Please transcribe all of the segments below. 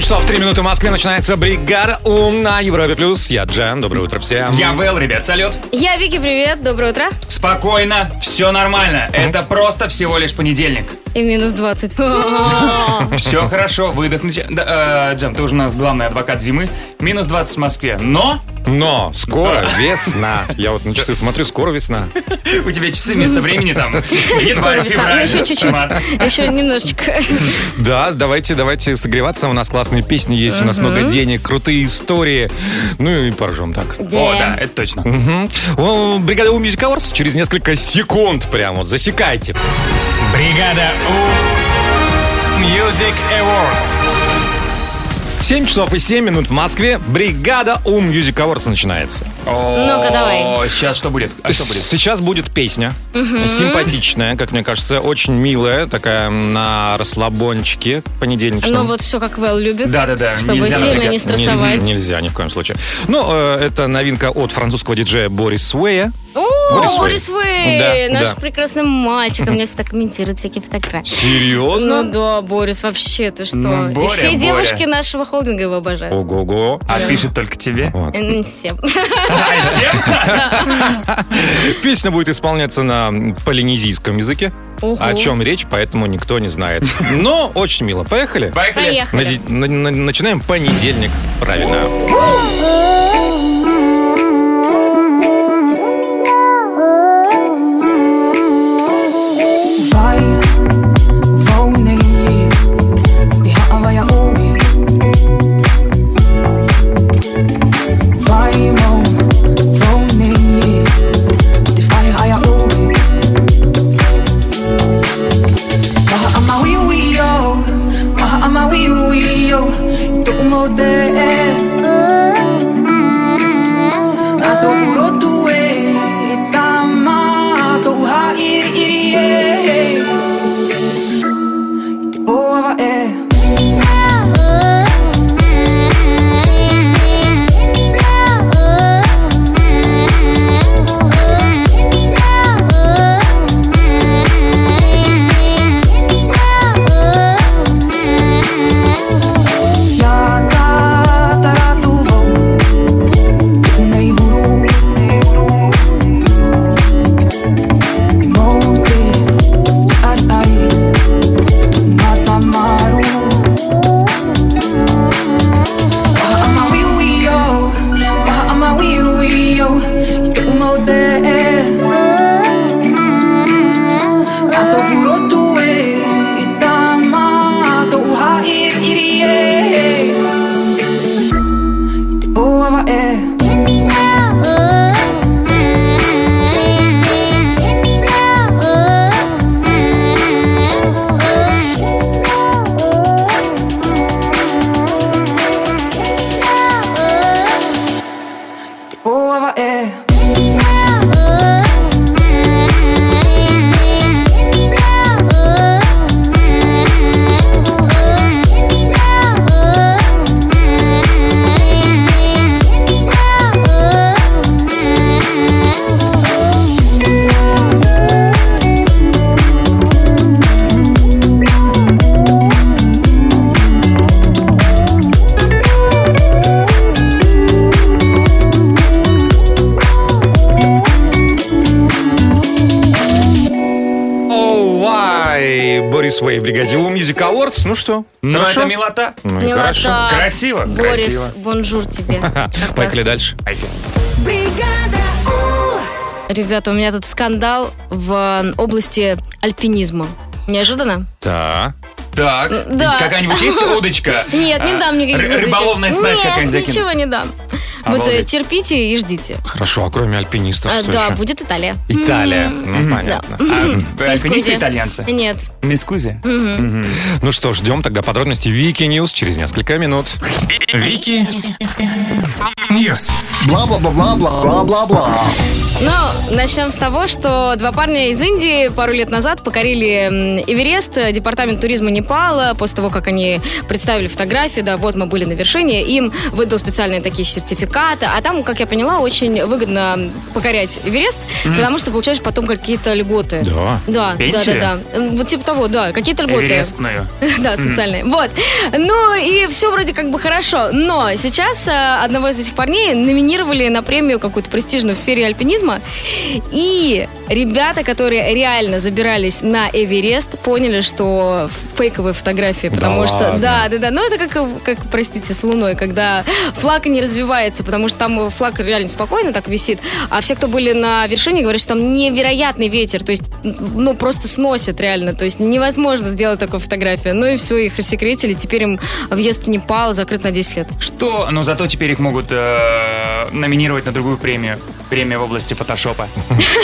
часов 3 минуты в Москве начинается бригада Ум на Европе Плюс. Я Джем, доброе утро всем. Я Вэл, ребят, салют. Я Вики, привет, доброе утро. Спокойно, все нормально. Это просто всего лишь понедельник. И минус 20. Ой, Все хорошо, выдохните. Да, э, Джем, ты уже у нас главный адвокат зимы. Минус 20 в Москве, но Но скоро весна. Я вот на часы смотрю, скоро весна. у тебя часы вместо времени там. Скоро весна. Ну, еще чуть-чуть. Еще немножечко. Да, давайте, давайте согреваться. У нас классные песни есть, у нас много денег, крутые истории. Ну и поржем так. О, да, это точно. Мгм. О, Бригада У Music Awards через несколько секунд прям вот засекайте. Бригада У. Music Awards. 7 часов и 7 минут в Москве. Бригада У Music Awards начинается. Ну-ка, давай. Сейчас что будет? А что будет? Сейчас будет песня. Симпатичная, как мне кажется, очень милая, такая на расслабончике Ну понедельничном. вот все, как Вэл любит. Да-да-да, Чтобы нельзя сильно не напрягаться. Нельзя, стрессовать. нельзя ни в коем случае. Ну, э, это новинка от французского диджея Борис Уэя. Борис Вэй. О, Борис Вэй, Да, наш да. прекрасный мальчик. У меня всегда комментируют всякие фотографии. Серьезно? Ну да, Борис, вообще, ты что? Ну, И Боря, все Боря. девушки нашего холдинга его обожают. Ого-го. А пишет только тебе. Вот. Э, Не все. А всем? Песня будет исполняться на полинезийском языке. А Ого. О чем речь, поэтому никто не знает. Но очень мило. Поехали? Поехали. Поехали. Нади- на- на- Начинаем понедельник. Правильно. Vai, vou neyi, die havaya omi. Vai mo, vou neyi, die vai haya omi. Waha ama wiwi yo, waha ama wiwi yo, to umode. Nato puro tue, itama to ha iri iri ye. Ova e. Я татаратуво, у неї гуру. І мов ти, ай-ай, матамару. Бага ама уи-уи-йо, бага ама уи-уи-йо, йо умов те. Ato puro tue, itama, ato uha ir-irie. Ova e. Ova e. Оу, вай! Борис Уэй в бригаде У Music Awards. Ну что? Ну, хорошо? это милота. Ну и Милота. хорошо. Красиво, А, Борис, красиво. бонжур тебе. Как Поехали раз. дальше. Ребята, у меня тут скандал в э, области альпинизма. Неожиданно? Да. Так, Да. какая-нибудь есть удочка? Нет, не А, дам никаких ры- удочек. Рыболовная снасть Нет, какая-нибудь закинуть? ничего не дам. Вот э, Обалдеть. терпите и ждите. Хорошо, а кроме альпинистов, А, что Да, еще? будет Италия. Италия. Ну, Да. понятно. А, э, Конечно, Мискузи. итальянцы. Нет. Мискузи. Ну что, ждем тогда подробности Вики Ньюс через несколько минут. Вики Ньюс. Бла-бла-бла-бла-бла-бла-бла. Ну, начнем с того, что два парня из Индии пару лет назад покорили м, Эверест, э, департамент туризма Непала. После того, как они представили фотографии, да, вот мы были на вершине, им выдал специальные такие сертификаты. А там, как я поняла, очень выгодно покорять Эверест, потому что получаешь потом какие-то льготы. Да. Да, да, Пенсию? да, да. М, Вот типа того, да, какие-то льготы. Эверестную. Да, социальные. Вот. Ну и все вроде как бы хорошо. Но сейчас э, одного из этих парней номинировали на премию какую-то престижную в сфере альпинизма. И ребята, которые реально забирались на Эверест, поняли, что фейковые фотографии. Потому что, ладно. да, да, да. Ну это как, как, простите, с Луной, когда флаг не развивается, потому что там флаг реально спокойно так висит. А все, кто были на вершине, говорят, что там невероятный ветер. То есть, ну просто сносит реально. То есть невозможно сделать такую фотографию. Ну и все, их рассекретили. Теперь им въезд в Непал закрыт на 10 лет. Что? Но зато теперь их могут э, номинировать на другую премию. Премия в области фотошопа.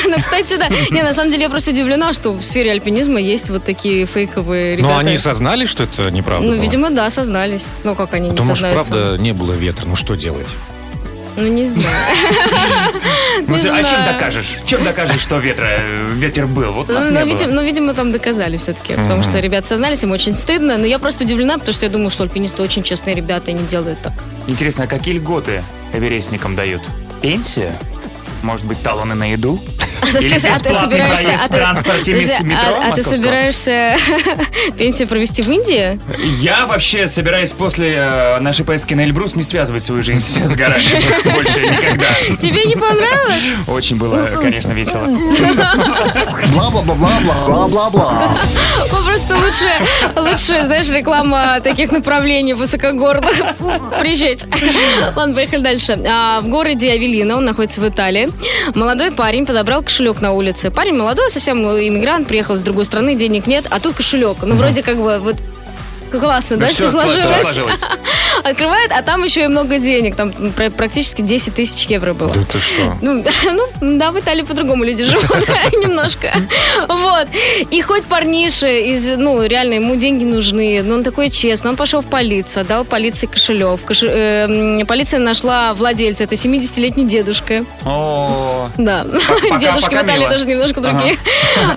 Ну, кстати, да. Не, на самом деле я просто удивлена, что в сфере альпинизма есть вот такие фейковые ребята. Но Ну, а они сознали, что это неправда? Ну, было? видимо, да, сознались. Ну, как они не Потому что, сознаются? правда, не было ветра. Ну, что делать? Ну, не знаю. Ну, Не ты- а знаю. чем докажешь? Чем докажешь, что ветра, э, ветер был? Вот Ну, нас ну, не было. видимо, ну, видимо, там доказали все-таки, потому что ребята сознались, им очень стыдно. Но я просто удивлена, потому что я думаю, что альпинисты очень честные ребята и не делают так. Интересно, а какие льготы эверестникам дают? Пенсия? Может быть, талоны на еду? Или Слушай, а ты бесплатный собираешься- проезд а в ты- транспорте Подожди, мис- метро а, а ты московского? собираешься пенсию провести в Индии? Я вообще собираюсь после э, нашей поездки на Эльбрус не связывать свою жизнь с горами. Больше никогда. Тебе не понравилось? Очень было, конечно, весело. Бла-бла-бла-бла-бла-бла-бла. Ну, Просто лучше, лучше, знаешь, реклама таких направлений высокогорных. Приезжайте. Ладно, поехали дальше. А, в городе Авелино, он находится в Италии, молодой парень подобрал кошелек на улице. Парень молодой, совсем иммигрант, приехал с другой страны, денег нет, а тут кошелек. Ну, вроде как бы вот классно, да, все Ну Всё всё сложилось. сложилось. Открывает, а там еще и много денег. Там пр- практически 10 тысяч евро было. Да ты что? Ну, ну, да, в Италии по-другому люди живут немножко. Вот. И хоть парниша из, ну, реально, ему деньги нужны, но он такой честный. Он пошел в полицию, отдал полиции кошелек. Коше- э, м, Полиция нашла владельца. Это 70-летний дедушка. О, Да. пока- Дедушки пока в Италии мило. тоже немножко другие.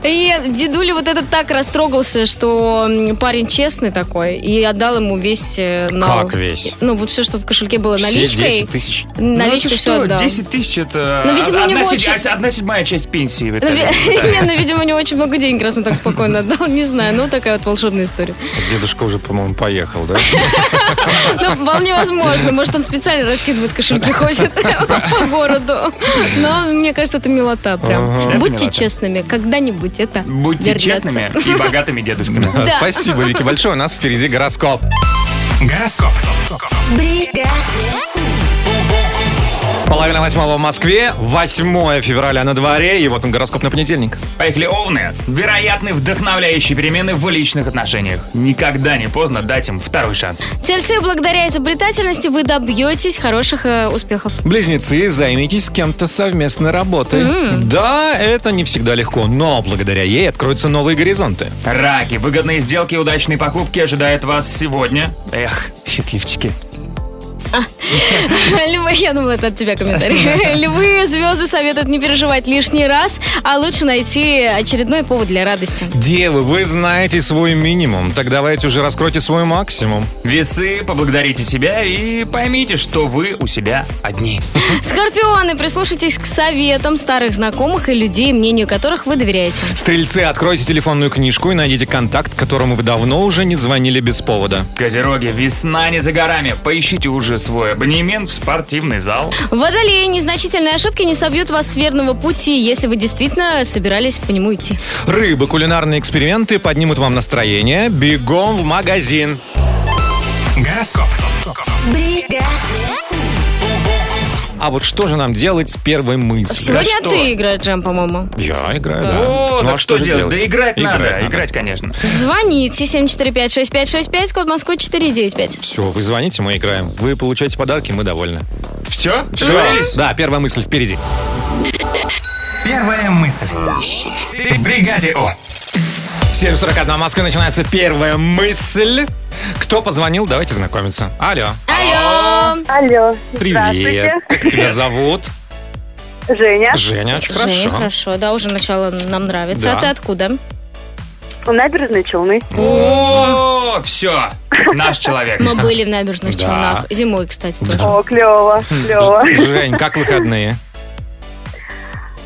И дедуля вот этот так растрогался, что м, парень честный такой, и отдал ему весь э, нал. Как весь? Ну, вот все, что в кошельке было Все наличкой. 10 тысяч. Наличкой ну это все что, отдал. 10 тысяч это Ну, видимо, у одна, него седь- очень- одна седьмая часть пенсии в Ну, Италии. ви- Не, ну, видимо, у него очень много денег, раз он так спокойно отдал. Не знаю, ну, такая вот волшебная история. Дедушка уже, по-моему, поехал, да? Ну, вполне возможно. Может, он специально раскидывает кошельки, ходит по городу. Но, мне кажется, это милота Это прям. Будьте милота. честными, когда-нибудь это Будьте вернется. честными и богатыми дедушками. А, Спасибо, Вики, большое. У нас впереди гороскоп. Гороскоп. Половина восьмого в Москве, 8 февраля на дворе, и вот он гороскоп на понедельник. Поехали, Овны! Вероятны вдохновляющие перемены в личных отношениях. Никогда не поздно дать им второй шанс. Тельцы, благодаря изобретательности вы добьетесь хороших э, успехов. Близнецы, займитесь с кем-то совместной работой. Да, это не всегда легко, но благодаря ей откроются новые горизонты. Раки, выгодные сделки и удачные покупки ожидают вас сегодня. Эх, счастливчики. Львы, я думала, это от тебя комментарий. Львы, звезды советуют не переживать лишний раз, а лучше найти очередной повод для радости. Девы, вы знаете свой минимум, так давайте уже раскройте свой максимум. Весы, поблагодарите себя и поймите, что вы у себя одни. Скорпионы, прислушайтесь к советам старых знакомых и людей, мнению которых вы доверяете. Стрельцы, откройте телефонную книжку и найдите контакт, которому вы давно уже не звонили без повода. Козероги, весна не за горами. Поищите уже свой абонемент в спортивный зал. Водолеи, незначительные ошибки не собьют вас с верного пути, если вы действительно собирались по нему идти. Рыбы, кулинарные эксперименты поднимут вам настроение. Бегом в магазин. Гороскоп. А вот что же нам делать с первой мыслью? Сегодня что? ты играешь, Джем, по-моему. Я играю, да. О, Ну, так а что же делать? Да играть, надо. надо. Играть, конечно. Звоните 745-6565, код Москвы 495. Все, вы звоните, мы играем. Вы получаете подарки, мы довольны. Все? Все. Да, первая мысль впереди. Первая мысль. В бригаде У. 7.41 Москва начинается первая мысль. Кто позвонил, давайте знакомиться. Алло. Алло! Алло. Привет. Как тебя зовут? Женя. Женя, очень Женя, хорошо. хорошо. Да, уже начало нам нравится. Да. А ты откуда? У Ну, набережной Челны. О, все, наш человек. Мы были в набережных Да. Челнах. Зимой, кстати, тоже. О, клево, клево. Жень, как выходные?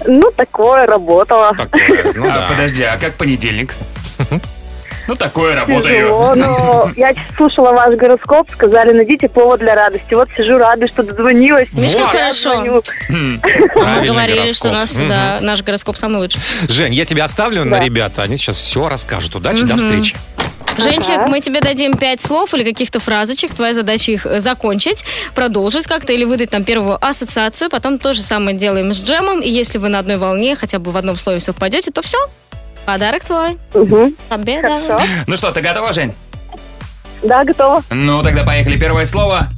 Ну, такое, работала. Такое, ну А, да. подожди, а как понедельник? Ну, такое работаю. Тяжело, но я слушала ваш гороскоп, сказали, найдите повод для радости. Вот сижу, радуюсь, что дозвонилась. Мишка, Вот. хорошо. Звоню. Хм, Мы Правильный говорили, гороскоп. что у нас, Мгм. да, наш гороскоп самый лучший. Жень, я тебя оставлю на Да. ребят, они сейчас все расскажут. Удачи, до встречи. Женщик, мы тебе дадим пять слов или каких-то фразочек. Твоя задача их э, закончить, продолжить как-то или выдать там первую ассоциацию. Потом то же самое делаем с джемом. И если вы на одной волне хотя бы в одном слове совпадете, то все. Подарок твой. Мгм. Победа. Хорошо. Ну что, ты готова, Жень? Да, готова. Ну, тогда поехали. Первое слово.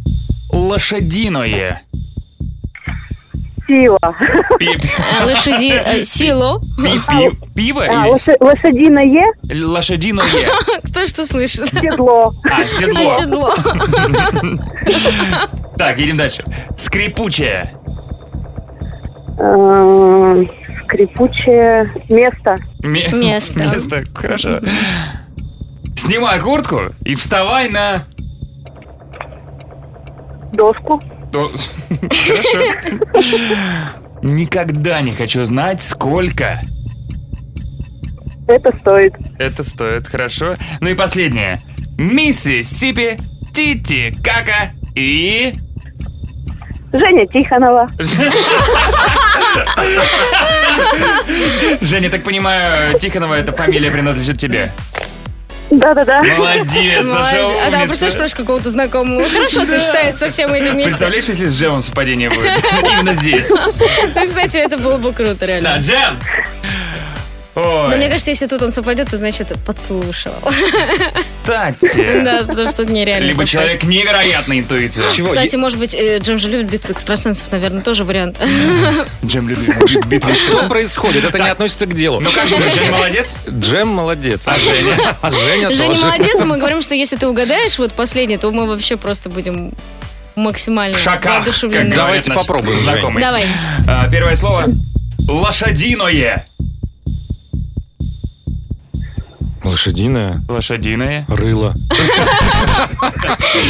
Лошадиное. Сила. Пи- А, Лошади э, силу. пи- пи- Пиво А, или с- лоше- лошадиное лошадиное? Кто что слышит? седло. А, седло. А, седло. Так, едем дальше. Скрипучее. Эм, Скрипучее место. Ме- Место. Место, хорошо. Снимай куртку и вставай на... Доску. О, Хорошо. Никогда не хочу знать, сколько Это стоит. это стоит. Хорошо. Ну и последнее. Миссисипи, Тити, Кака и... Женя Тихонова. Женя, так понимаю, Тихонова эта фамилия принадлежит тебе. Да-да-да. Ну, Молодец, наша Молодец. А да, представляешь, умница. просто какого-то знакомого. Хорошо сочетается со всем этим вместе. Представляешь, если с Джемом совпадение будет? Именно здесь. Ну, кстати, это было бы круто, Да, реально. Джем! Но мне Ой, кажется, если тут он совпадет, то значит подслушал. кстати. Да, потому что тут нереально Либо совпасть. человек невероятной интуиции. Чего? Кстати, может быть, э, Джем же любит битву экстрасенсов, наверное, тоже вариант. Джем любит битвы Что происходит? Это не относится к делу. Ну как думаешь, Жень молодец? Джем молодец. А Женя? А Женя Женя тоже. молодец, и мы говорим, что если ты угадаешь вот последний, то мы вообще просто будем максимально В шоках, как воодушевлены. говорят. говорит Давайте наш попробуем, Жень. знакомый. Давай. А, Первое слово. Лошадиное. Лошадиное Лошадиное. рыло.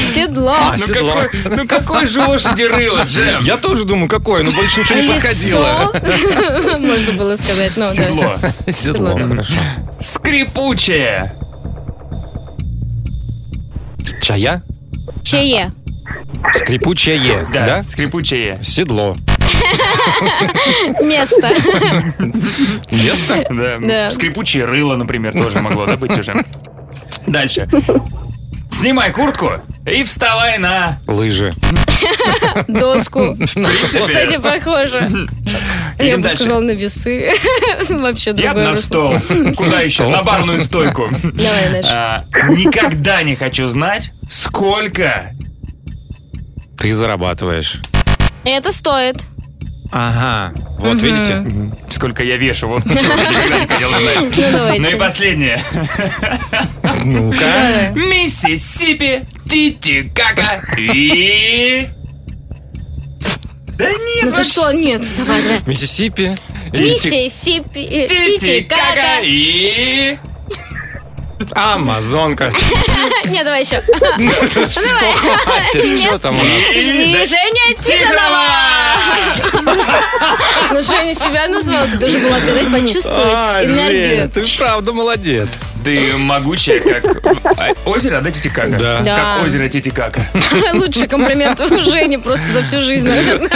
Седло. А, Ну седло. какой, ну какой же лошади рыло, Джем? Я тоже думаю, какое, но больше ничего не подходило. Лицо. Можно было сказать, ну да. Седло. Седло, Седло. хорошо. Скрипучее. Чая? Чее. Скрипучее, да? Да, скрипучее. Седло. Место. Место? Да. Да. Скрипучее рыло, например, тоже могло да, быть уже. Дальше. Снимай куртку и вставай на... Лыжи. Доску. принципе. Кстати, похоже. Я Едем бы дальше. сказала на весы. Вообще Я б другое на русло. стол. Куда еще? Стол. На барную стойку. Давай, Наш. А, Никогда не хочу знать, сколько... Ты зарабатываешь. Это стоит. Ага. Вот видите? Сколько я вешу, вот почему я никогда не хотел знать. Ну, давайте. Ну и последнее. Ну-ка. Да-да. Миссисипи, Титикака и... Да нет, Ну ты вообще. что, нет, давай, давай. Миссисипи. Миссисипи, э, Титикака Титикака. и... Амазонка. Нет, давай еще. Все, хватит. Что там у нас? И- Ж- Женя Тихонова! Ну, Женя себя назвал, ты должен был отгадать, А, Женя, почувствовать энергию. ты правда молодец. Ты могучая, как э, озеро, да, Титикака? Да. Да. Как озеро Титикака. Лучший комплимент у Жени просто за всю жизнь, наверное.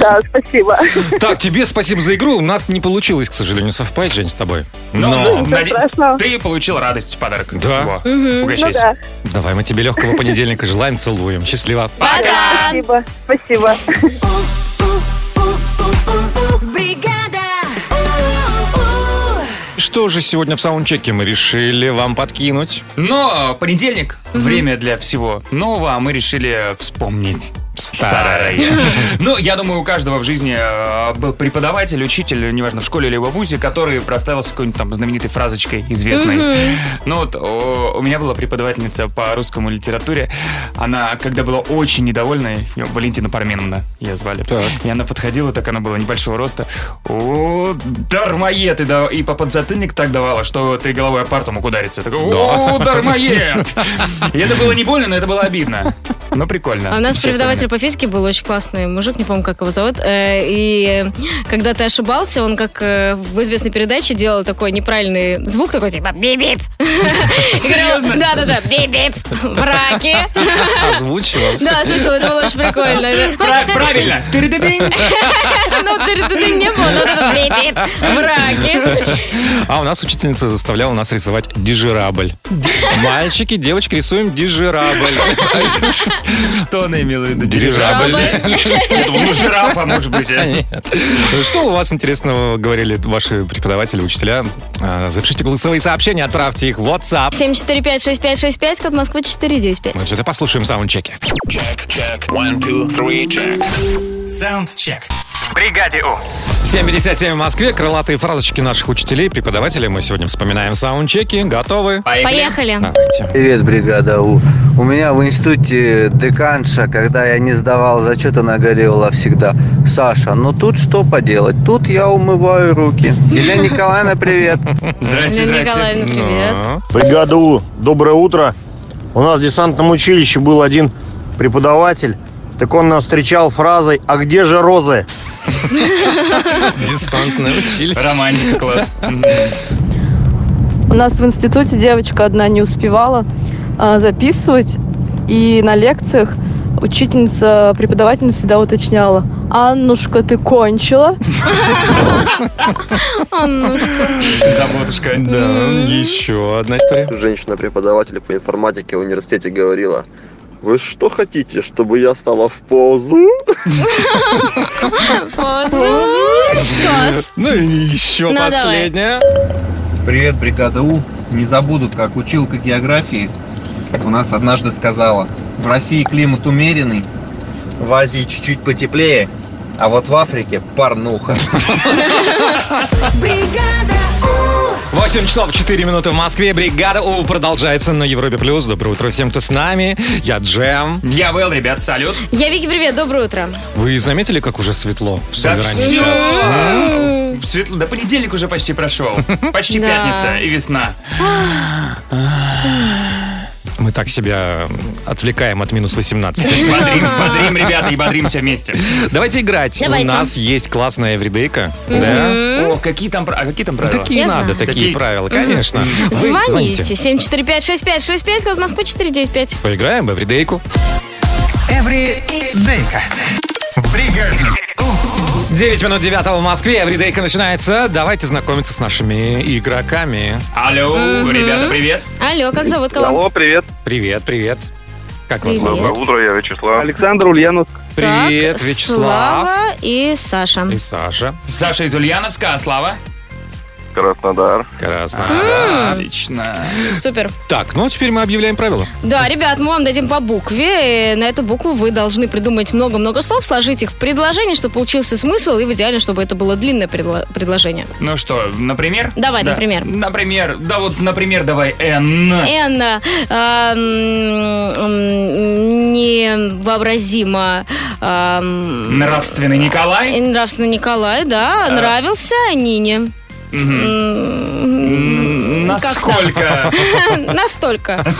Да, спасибо. Так, тебе спасибо за игру. У нас не получилось, к сожалению, совпасть, Жень, с тобой. Ну, Но наде- страшного. Ты получил радость в подарок. Да. Во, Ну Угощайся. да, давай мы тебе легкого понедельника желаем, целуем. Счастливо. Пока! спасибо, спасибо. Бригада! У-у-у. что же сегодня в саундчеке мы решили вам подкинуть? Но э, понедельник время для всего нового, а мы решили вспомнить. Старое. Ну, я думаю, у каждого в жизни э, был преподаватель, учитель, неважно, в школе или в вузе, который проставился какой-нибудь там знаменитой фразочкой известной. Ну вот, о, у меня была преподавательница по русскому литературе. Она, когда была очень недовольна, её Валентина Парменовна, ее звали. Так. И она подходила, так она была небольшого роста. О, дармоед! И, да- и по подзатыльник так давала, что ты головой о парту мог удариться. Такой, о, дармоед! И это было не больно, но это было обидно. Но прикольно. А у нас С той преподаватель стороны. по физике был очень классный мужик, не помню, как его зовут. Э, И э, когда ты ошибался, он как э, в известной передаче делал такой неправильный звук, такой типа бип-бип. Серьезно? Да-да-да, бип-бип, враки. Озвучивал. Да, слышал, это было очень прикольно. Пра- Э, Правильно! Тыры-ты-тынь! Ну, ты не было, но вот это бип-бип, враки. А у нас учительница заставляла нас рисовать дижирабль. Мальчики, девочки, рисуем дижирабль. Что она имела в виду? Дирижабль. Я думал, ну жирафа, может быть. а? Что у вас интересного говорили ваши преподаватели, учителя? А, Запишите голосовые сообщения, отправьте их в WhatsApp. 745-6565, код Москвы 495. Мы все это послушаем в саундчеке. Саундчек. 7.57 в Москве. Крылатые фразочки наших учителей, преподавателей. Мы сегодня вспоминаем саундчеки. Готовы? Поехали. Давайте. Привет, бригада У. У меня в институте деканша, когда я не сдавал зачет, она говорила всегда, Саша, ну тут что поделать? Тут я умываю руки. Елена Николаевна, привет. Здрасте, здрасте. Лена Николаевна, привет. Ну, Бригада У, доброе утро. У нас в десантном училище был один преподаватель. Так он нас встречал фразой «А где же розы?» Десантное училище. Романтика, класс. Мгм. У нас в институте девочка одна не успевала а, записывать, и на лекциях учительница, преподавательница всегда уточняла. Аннушка, ты кончила? Заботушка. Да, еще одна история. Женщина-преподаватель по информатике в университете говорила, вы что хотите, чтобы я стала в позу? Класс. Ну и еще Ну, давай. последняя. Привет, бригада У. Не забуду, как училка географии у нас однажды сказала, в России климат умеренный, в Азии чуть-чуть потеплее, а вот в Африке парнуха. 8 часов 4 минуты в Москве. Бригада У продолжается на Европе Плюс. Доброе утро всем, кто с нами. Я Джем. Я Вэл, ребят, салют. Я Вики, привет, доброе утро. Вы заметили, как уже светло в Да Северане всё. сейчас? М, Светло, да понедельник уже почти прошел. Почти М-м-м. Да. пятница и весна. Мы так себя отвлекаем от минус 18. Бодрим, бодрим, ребята, и бодримся вместе. Давайте играть. Давайте. У нас есть классная эвридейка. Да? М-м. О, какие там, пра- а какие там правила? Какие Я надо, знаю. такие Такие- правила, конечно. Вы Звоните 745-6565, код Москвы 495. Поиграем в эвридейку. Эвридейка. В бригаде. 9 минут 9 в Москве. Эвридейка начинается. Давайте знакомиться с нашими игроками. Алло, ребята, привет. Алло, как зовут кого? привет. Привет, привет. Как вас Привет. зовут? утро, я Вячеслав. Александр Ульяновск. Так, Привет, Вячеслав. Слава и Саша. И Саша. Саша из Ульяновска, а Слава? Краснодар. Красно. М-м. Отлично. Супер. Так, ну а теперь мы объявляем правила. Да, ребят, мы вам дадим по букве. И на эту букву вы должны придумать много-много слов, сложить их в предложение, чтобы получился смысл, и в идеале, чтобы это было длинное предло- предложение. Ну что, например? Давай, Да. например. Например, да вот, например, давай Н. Энна, эм, м, невообразимо эм, Нравственный и Николай. нравственно Николай, да, нравился Нине. М, М, как там? Насколько? Настолько.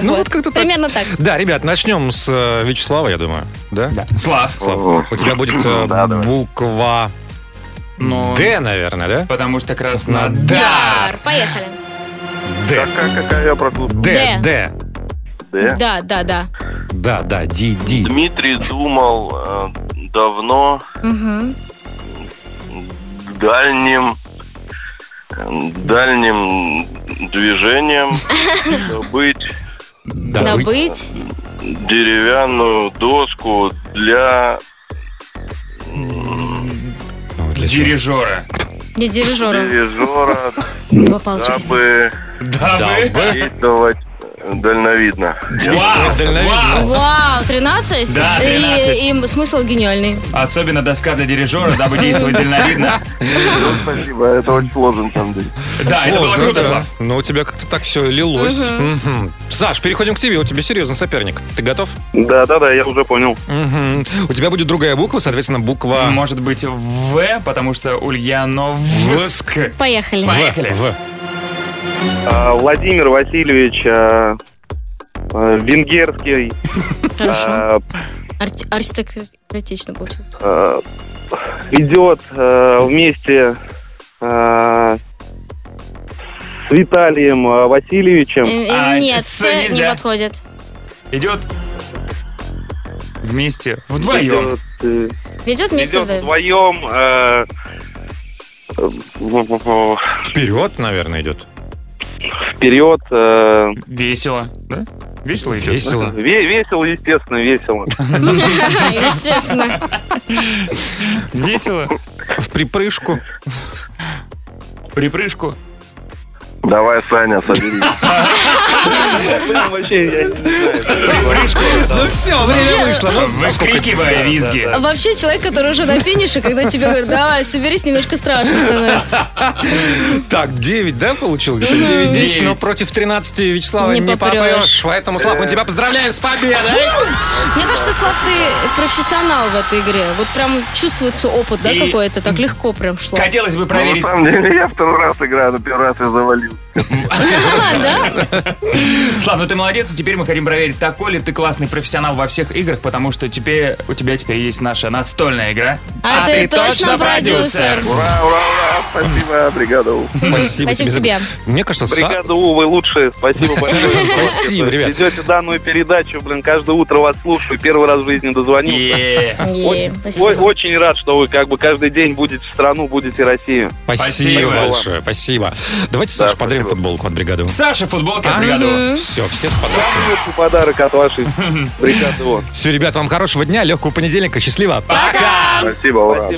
Ну Вот. вот как-то так. Примерно так. Да, ребят, начнем с э, Вячеслава, я думаю. Да? Да. Слав. У тебя будет э, буква Ну, Д, наверное, да? Потому что Дар. Краснодар. Поехали. Д. какая я прослушал? Д, Д. Да, да, да. Да, да, Ди, Ди. Дмитрий думал давно Мгм. дальним дальним движением быть Да, вы- Добыть. деревянную доску для Ну, для чего? Дирижера. Для дирижера. дирижера, Два палочки. дабы Дабы. действовать дальновидно. Действовать дальновидно. Вау, 13? Да, 13. И, и смысл гениальный. Особенно доска для дирижера, дабы действовать дальновидно. Спасибо, это очень сложно, на самом деле. Да, это было Сложно, круто, да. Слав. Но у тебя как-то так все лилось. Мгм. Мгм. Саш, переходим к тебе. У тебя серьезный соперник. Ты готов? Да, да, да, я уже понял. Мгм. У тебя будет другая буква, соответственно, буква... Может быть, В, потому что Ульяновск. Поехали. Поехали. А, Владимир Васильевич а, а, Венгерский. Хорошо. а, Арти- Аристократично получилось. а, Идет а, вместе а, с Виталием а, Васильевичем. Э, э, Нет, с не подходит. Идет вместе, вдвоем. Идет, э, Ведет вместе идет В. вдвоем. э, Вперед, наверное, идет. Вперед. Весело, да? Весело идет. Весело. ве- Весело, естественно, весело. Естественно. Весело. В припрыжку. Припрыжку. Давай, Саня, соберись. Ну все, время вышло. Вот Выкрикивая визги. А вообще человек, который уже на финише, когда тебе говорят, давай, соберись, немножко страшно становится. Так, 9, да, получил? Где-то Мгм. 9 10, Девять. но против 13 Вячеслава Не не, попрешь. попрешь. Поэтому, Слав, мы тебя поздравляем с победой! Мне кажется, Слав, ты профессионал в этой игре. Вот прям чувствуется опыт, да, И- какой-то, так легко прям шло. Хотелось бы проверить. На самом деле, я второй раз играю, но первый раз я завалил. Слав, ну ты молодец, и теперь мы хотим проверить, такой ли ты классный профессионал во всех играх, потому что теперь у тебя теперь есть наша настольная игра. А ты точно продюсер. Ура, ура, ура. Спасибо, бригада У. Спасибо, Спасибо за- тебе. Мне кажется, Са- Бригада У, вы лучшие. Спасибо большое. Спасибо, ребят. Ведете данную передачу, блин, каждое утро вас слушаю. Первый раз в жизни дозвонился. Е. Е, Ой, Спасибо. Очень рад, что вы как бы каждый день будете страну, будете Россию. Спасибо Спасибо. большое, спасибо. Давайте, Саша, подарим футболку от бригады. Саша, футболки от бригады. У. Все, все с подарками. Лучший подарок от вашей бригады У. Все, ребят, вам хорошего дня, легкого понедельника, счастливо. Спасибо, ура.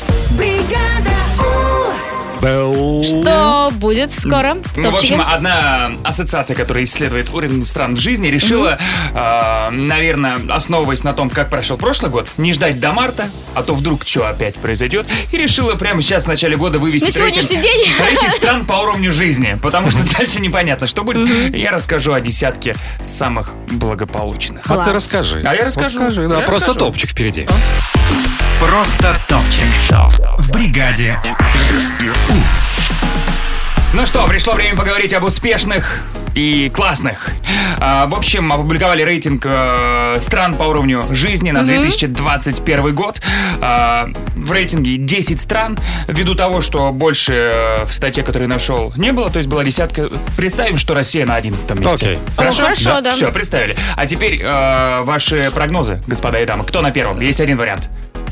Бэл. Что будет скоро? Ну, в Топчики. общем, одна ассоциация, которая исследует уровень стран в жизни, решила, а, наверное, основываясь на том, как прошел прошлый год, не ждать до марта, а то вдруг что опять произойдет, и решила прямо сейчас, в начале года, вывести На сегодняшний день. рейтинг стран по уровню жизни, потому что дальше непонятно, что будет. Я расскажу о десятке самых благополучных. А ты Класс. расскажи. А я расскажу. Расскажи, да, Я просто расскажу. топчик впереди. Просто топчик. В бригаде. Ну что, пришло время поговорить об успешных и классных. А, в общем, опубликовали рейтинг э, стран по уровню жизни на 2021 год. А, в рейтинге 10 стран. Ввиду того, что больше э, в статье, которую я нашел, не было, то есть была десятка. Представим, что Россия на 11 месте. Окей. О, Ну, хорошо, да. Все, представили. А теперь э, ваши прогнозы, господа и дамы. Кто на первом? Есть один вариант.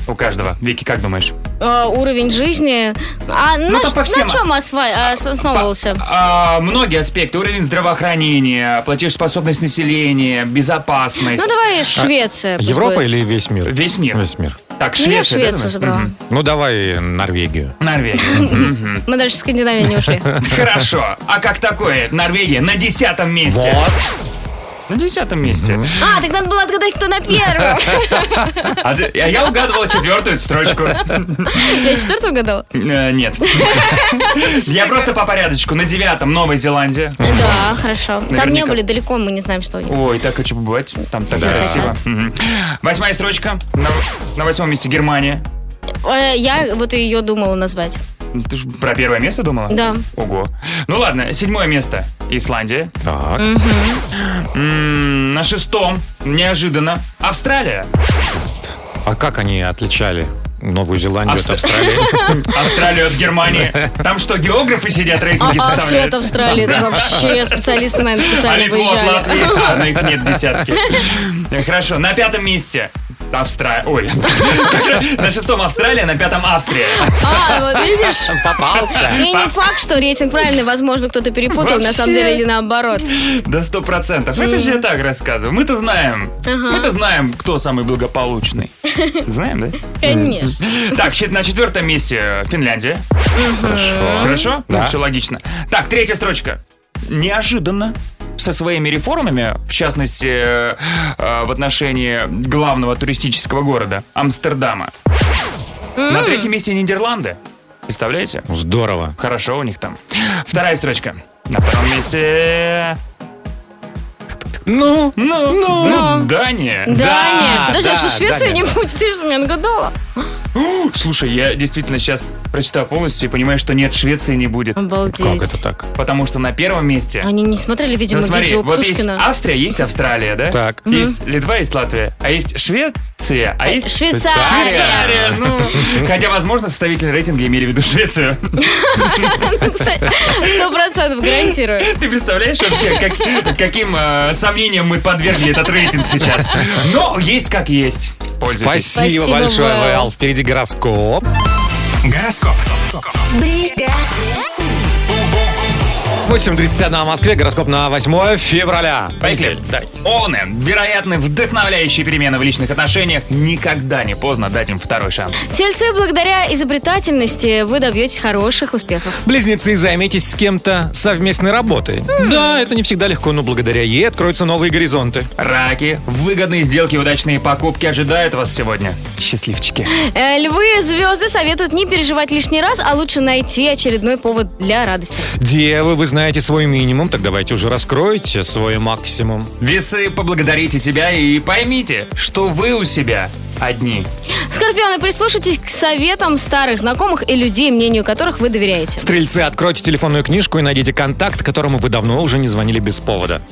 У каждого. Вики, как думаешь? Э, уровень жизни. А на, там ш- по на всем. чем осва- основывался? А, многие аспекты. Уровень здравоохранения, платежеспособность населения, безопасность. Ну, давай А, Швеция. пусть Европа будет. или весь мир? Весь мир. Весь мир. Так, Ну, Швеция. я да, Швецию давай? забрала. Мгм. Ну, давай Норвегию. Норвегия. Мгм. Мы дальше в Скандинавии не ушли. Хорошо. А как такое? Норвегия на десятом месте. На десятом месте. А, так надо было отгадать, кто на первом. А ты- а я угадывал четвертую строчку. Я четвертую угадала? Э, Нет. Я просто по порядочку. На девятом Новая Зеландия. Да, хорошо. Там не Наверняка. были далеко, мы не знаем, что у них. Ой, так хочу побывать. Там так Да. красиво. Мгм. Восьмая строчка. На- На восьмом месте Германия. Э, Я вот ее думала назвать. Ты ж про первое место думала? Да. Ого. Ну ладно, седьмое место. Исландия. Так. М, на шестом, неожиданно, Австралия. А как они отличали Новую Зеландию Австр- от Австралии? Австралию от Германии. Там что, географы сидят, рейтинги А Австрия составляют? от Австралии, это вообще специалисты, наверное, А специально Литву от Латвии. выезжали. А, на их нет десятки. Хорошо, на пятом месте Австралия. Ой. На шестом Австралия, на пятом Австрия. А, вот видишь? Попался. И не факт, что рейтинг правильный, возможно, кто-то перепутал, на самом Вообще. деле, или наоборот. Да сто процентов. Это же я так рассказываю. Мы-то знаем. Ага. Мы-то знаем, кто самый благополучный. Знаем, да? Конечно. Так, щит- на четвертом месте Финляндия. Хорошо. Хорошо? Да. все логично. Так, третья строчка. Неожиданно со своими реформами, в частности, э, э, в отношении главного туристического города Амстердама. На третьем месте Нидерланды. Представляете? Здорово. Хорошо у них там. Вторая строчка. На втором месте... Ну, ну, ну. ну, Дания. Дания. Подожди, а что Швеция Дания. не будет? Ты же меня отгадала. Слушай, я действительно сейчас прочитал полностью и понимаю, что нет, Швеции не будет. Обалдеть. Как это так? Потому что на первом месте... Они не смотрели, видимо, вот Ну, смотри, видео вот есть Птушкина. Австрия, есть Австралия, да? Так. Мгм. Есть Литва, есть Латвия. А есть Швеция, а Э, есть... Швейцария. Швейцария, ну. Хотя, возможно, составитель рейтинга имели в виду Швецию. Ну, кстати, Сто процентов гарантирую. Ты представляешь вообще, как- каким э, сомнениям мы подвергли этот рейтинг сейчас? Но есть как есть. Пользуйтесь. Спасибо, большое, Вэл. Впереди гороскоп. Гороскоп. 8.31 в Москве, гороскоп на 8 февраля. Поехали. Овны, вероятны вдохновляющие перемены в личных отношениях. Никогда не поздно дать им второй шанс. Тельцы, благодаря изобретательности вы добьетесь хороших успехов. Близнецы, займитесь с кем-то совместной работой. Да, это не всегда легко, но благодаря ей откроются новые горизонты. Раки, выгодные сделки, удачные покупки ожидают вас сегодня. Счастливчики. Э, Львы, звезды советуют не переживать лишний раз, а лучше найти очередной повод для радости. Девы, вы знаете свой минимум, так давайте уже раскройте свой максимум. Весы, поблагодарите себя и поймите, что вы у себя одни. Скорпионы, прислушайтесь к советам старых знакомых и людей, мнению которых вы доверяете. Стрельцы, откройте телефонную книжку и найдите контакт, которому вы давно уже не звонили без повода.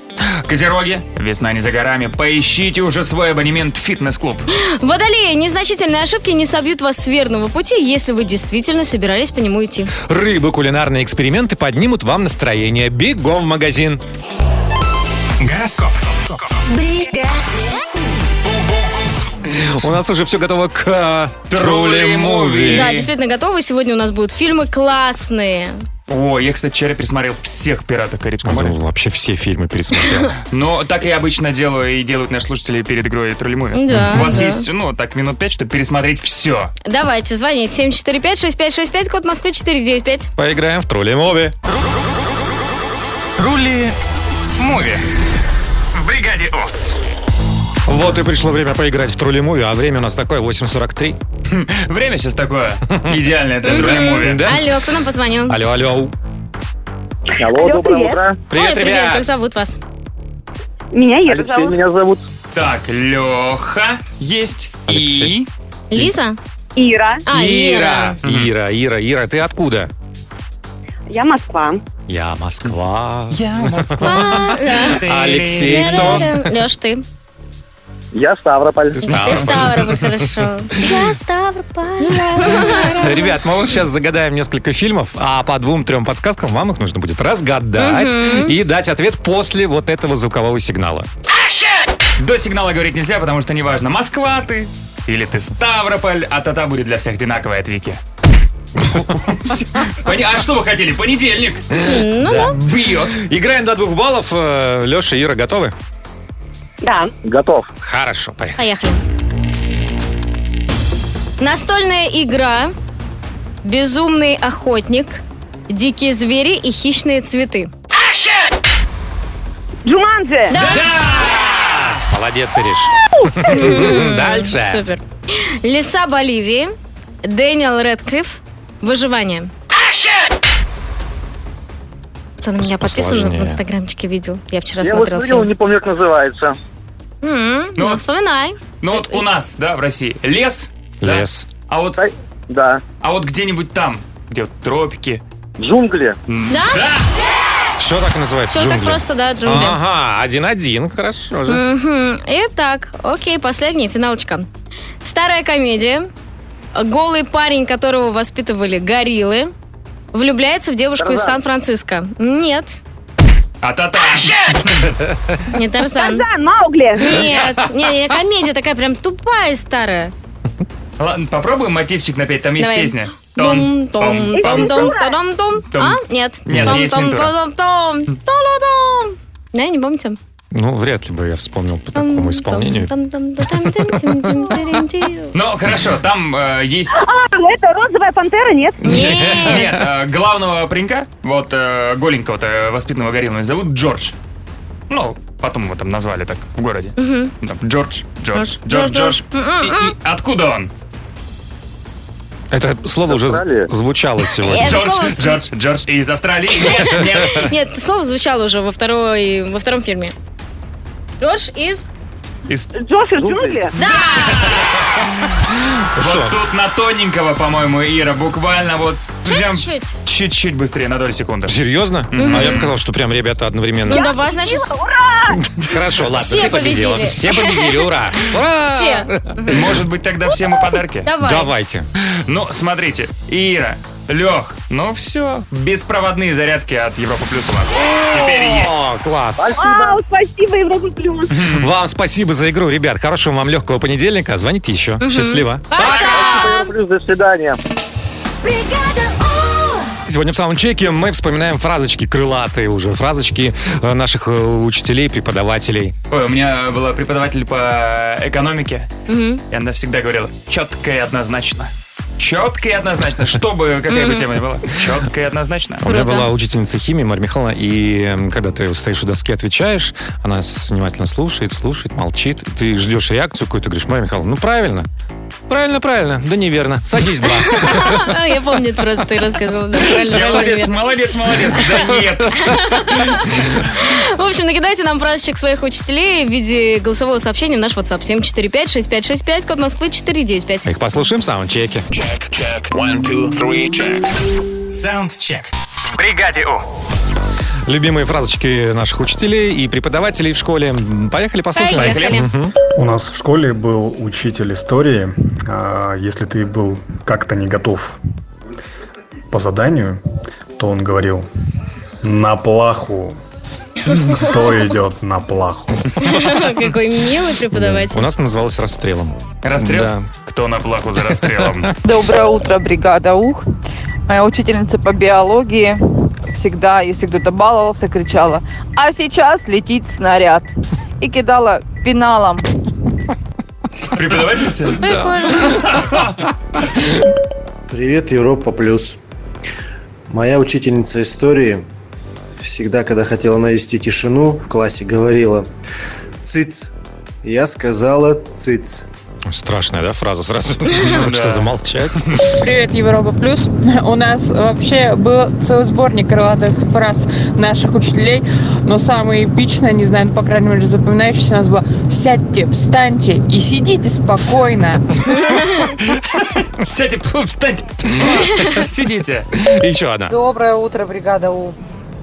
Козероги, весна не за горами, поищите уже свой абонемент в фитнес-клуб. Водолеи, незначительные ошибки не собьют вас с верного пути, если вы действительно собирались по нему идти. Рыбы, кулинарные эксперименты поднимут вам настроение. Бегом в магазин. Гороскоп. Ну, У нас уже все готово к Трули Муви. Да, действительно готовы. Сегодня у нас будут фильмы классные. О, я, кстати, вчера пересмотрел всех «Пиратов Карибского моря». Вообще все фильмы пересмотрел. Но так я обычно делаю и делают наши слушатели перед игрой Троллимуви. Да, У вас да. есть, ну, так, минут пять, чтобы пересмотреть все. Давайте, звоните 745-6565, код Москвы 495. Поиграем в Трули Муви. Трули Муви. В бригаде О. Вот и пришло время поиграть в Трули Муви, а время у нас такое 8.43. Хм, Время сейчас такое идеальное для Троллимуви. Да? Алло, кто нам позвонил? Алло, алло. Алло, доброе утро. Ой, привет, как зовут вас? Меня Ева Алексей зовут. меня зовут. Так, Леха есть и... Лиза? А, Ира. Ира. Ира, Ира, Ира, ты откуда? Я Москва. Я Москва. Я Москва. Алексей, кто? Леш, ты. Я Ставрополь. Ты Ставрополь, хорошо. Ну, Я Ставрополь. Ребят, мы вот сейчас загадаем несколько фильмов, а по двум-трем подсказкам вам их нужно будет разгадать Мгм. и дать ответ после вот этого звукового сигнала. До сигнала говорить нельзя, потому что неважно, Москва ты или ты Ставрополь, а тата будет для всех одинаковая от Вики. Пони- А что вы хотели? Понедельник. Ну да. Бьет. Играем до двух баллов. Леша, Ира, готовы? Да. Готов. Хорошо, поехали. Поехали. Настольная игра, безумный охотник, дикие звери и хищные цветы. Джуманджи. Да. Молодец, Ириш. Дальше. Супер. Леса Боливии, Дэниел Редклифф, выживание. Кто на меня подписан Посложнее. в инстаграмчике видел? Я вчера Я вот смотрела видел, фильм. не помню, как называется. М, Ну, Ну, вспоминай. Ну вот у нас, да, в России, лес. Лес. А вот... Да. А вот где-нибудь там, где вот тропики. Джунгли. Да? Все так и называется. Все так джунгли. А. просто, да, джунгли. Ага, один-один, хорошо же. Мгм. Итак, окей, последняя финалочка. Старая комедия. Голый парень, которого воспитывали гориллы, влюбляется в девушку из Тарзан. Сан-Франциско. Нет, А тата. не Тарзан. Тарзан, Маугли. Нет, не, не, комедия такая прям тупая и старая. Ладно, попробуем мотивчик напеть, там есть Давай. песня. Том, том, том, том, том, том. том, том. Том. А? Нет. Нет, том, есть том, интро. том, том, том, том. Да, не помните? Ну, вряд ли бы я вспомнил по такому исполнению. Там, там, там, там, там, там, там, там, там. Ну, хорошо, там э, есть... А, это розовая пантера, нет? Нет, э, главного паренька, вот э, голенького-то, воспитанного Горилловой, зовут Джордж. Ну, потом его там назвали так в городе. Мгм. Там, Джордж, Джордж, Джордж, Джордж, Джордж. Джордж. И- и Откуда он? Это слово уже звучало сегодня. Это слово- Джордж, Джордж, Джордж из Австралии. Нет, нет. Нет, слово звучало уже во второй, во втором фильме. Джордж из... Из- Джош из джунглей? Вот тут на тоненького, по-моему, Ира, буквально вот... прям Чуть-чуть. Чуть-чуть быстрее, на долю секунды. Серьезно? Мгм. А я показал, что прям ребята одновременно. Ну, давай, значит... Хорошо, ладно, Все ты победила. победили. Все победили, ура! Ура! Те. Может быть, тогда все мы подарки? Давай. Давайте. Ну, смотрите, Ира, Лех, ну все, беспроводные зарядки от Европа Плюс у вас. Теперь О, есть. класс. Вау, спасибо, Европа Плюс. Вам спасибо за игру, ребят. Хорошего вам легкого понедельника. А Звоните еще. Счастливо. Плюс, до свидания. Сегодня в саундчеке мы вспоминаем фразочки крылатые уже, фразочки э, наших э, учителей, преподавателей. Ой, у меня была преподаватель по экономике, Мгм. и она всегда говорила, четко и однозначно. Четко и однозначно, чтобы какая бы тема ни была. Четко и однозначно. У меня была учительница химии Марья Михайловна, и э, когда ты стоишь у доски, отвечаешь, она с- внимательно слушает, слушает, молчит, и ты ждешь реакцию какую-то, говоришь, Марья Михайловна, ну правильно, правильно, правильно, да неверно, садись два. А, Я помню, это просто ты рассказывал. да, правильно, Я правильно, молодец, ребят. молодец, молодец. Да нет. В общем, накидайте нам фразочек своих учителей в виде голосового сообщения в наш WhatsApp 745-6565, код Москвы 495. Их послушаем в саундчеке. Саундчек. В бригаде У. Любимые фразочки наших учителей и преподавателей в школе. М, Поехали послушаем. Поехали. Мгм. У нас в школе был учитель истории. А, Если ты был как-то не готов по заданию, то он говорил «на плаху». Кто идет на плаху? Какой милый У преподаватель. нас называлось расстрелом. Расстрел? Да. Кто на плаху за расстрелом? Доброе утро, бригада УХ. Моя учительница по биологии всегда, если кто-то баловался, кричала «А сейчас летит снаряд!» и кидала пеналом. Преподавательница? Привет, Европа Плюс. Моя учительница истории всегда, когда хотела навести тишину, в классе говорила «Циц». Я сказала «Циц». Страшная, да, фраза сразу? Да. Что замолчать? Привет, Европа Плюс. У нас вообще был целый сборник крылатых фраз наших учителей, но самое эпичное, не знаю, ну, по крайней мере, запоминающееся у нас было «Сядьте, встаньте и сидите спокойно». Сядьте, пф, встаньте. пф, Сидите. И еще одна. Доброе утро, бригада У.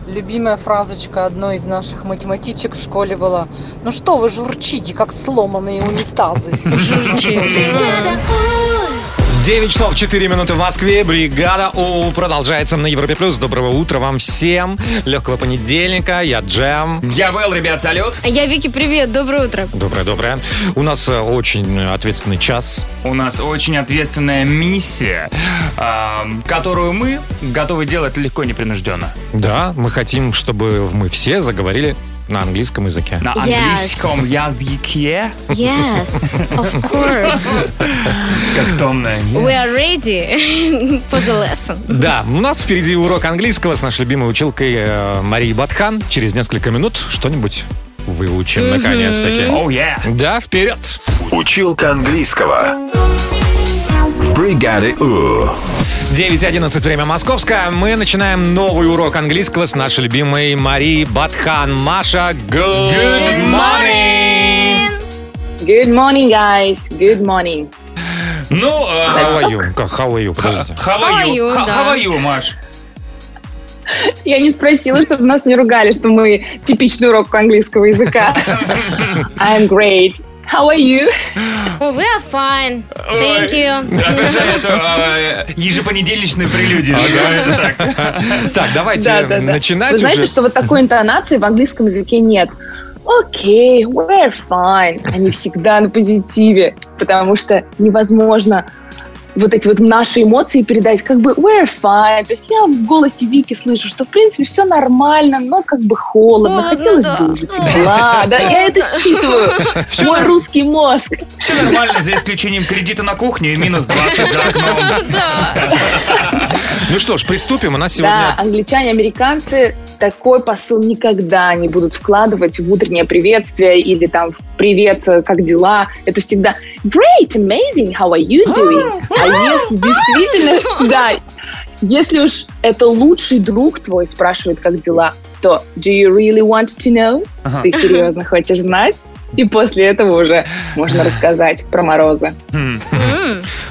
Любимая фразочка одной из наших математичек в школе была «Ну что вы журчите, как сломанные унитазы?» Бригада 9 часов 4 минуты в Москве. Бригада У продолжается на Европе Плюс. Доброго утра вам всем. Легкого понедельника. Я Джем. Я Вэл, ребят, салют. А Я Вики, привет, доброе утро. Доброе-доброе. У нас э, очень э, ответственный час. У нас очень ответственная миссия, ам, которую мы готовы делать легко и непринужденно. Да, мы хотим, чтобы мы все заговорили на английском языке. На Yes. английском языке. Yes, of course. Как томно. We are ready for the lesson. Да, у нас впереди урок английского с нашей любимой училкой э, Марией Батхан. Через несколько минут что-нибудь выучим, Мгм. наконец-таки. Oh, yeah. Да, вперед. Училка английского. В бригаде У. 9.11, время московское. Мы начинаем новый урок английского с нашей любимой Марией Батхан. Маша, good, morning! Good morning, guys. Good morning. Ну, э, How are you? Как, how are you? Подождите. How are you? How are you, How- да. how are you, Маш? Я не спросила, чтобы нас не ругали, что мы типичный урок английского языка. I'm great. How are you? Oh, we are fine. Thank Обожаю you. эту э, ежепонедельничную прелюдию. называю это так. Так, давайте начинать Вы знаете, уже. что вот такой интонации в английском языке нет. Окей, we're fine. Они всегда на позитиве, потому что невозможно вот эти вот наши эмоции передать, как бы we're fine. То есть я в голосе Вики слышу, что в принципе все нормально, но как бы холодно, Холодно, хотелось да. бы уже тепла, да, я это считываю, Всё мой норм- русский мозг. Все нормально, за исключением кредита на кухню и минус 20 за окном. Ну что ж, приступим. У нас Да, сегодня... англичане, американцы такой посыл никогда не будут вкладывать в утреннее приветствие или там в привет, э, как дела. Это всегда great, amazing, how are you doing? А если действительно, да, если уж это лучший друг твой спрашивает, как дела, то do you really want to know? Ага. Ты серьезно хочешь знать? И после этого уже можно рассказать про морозы. М.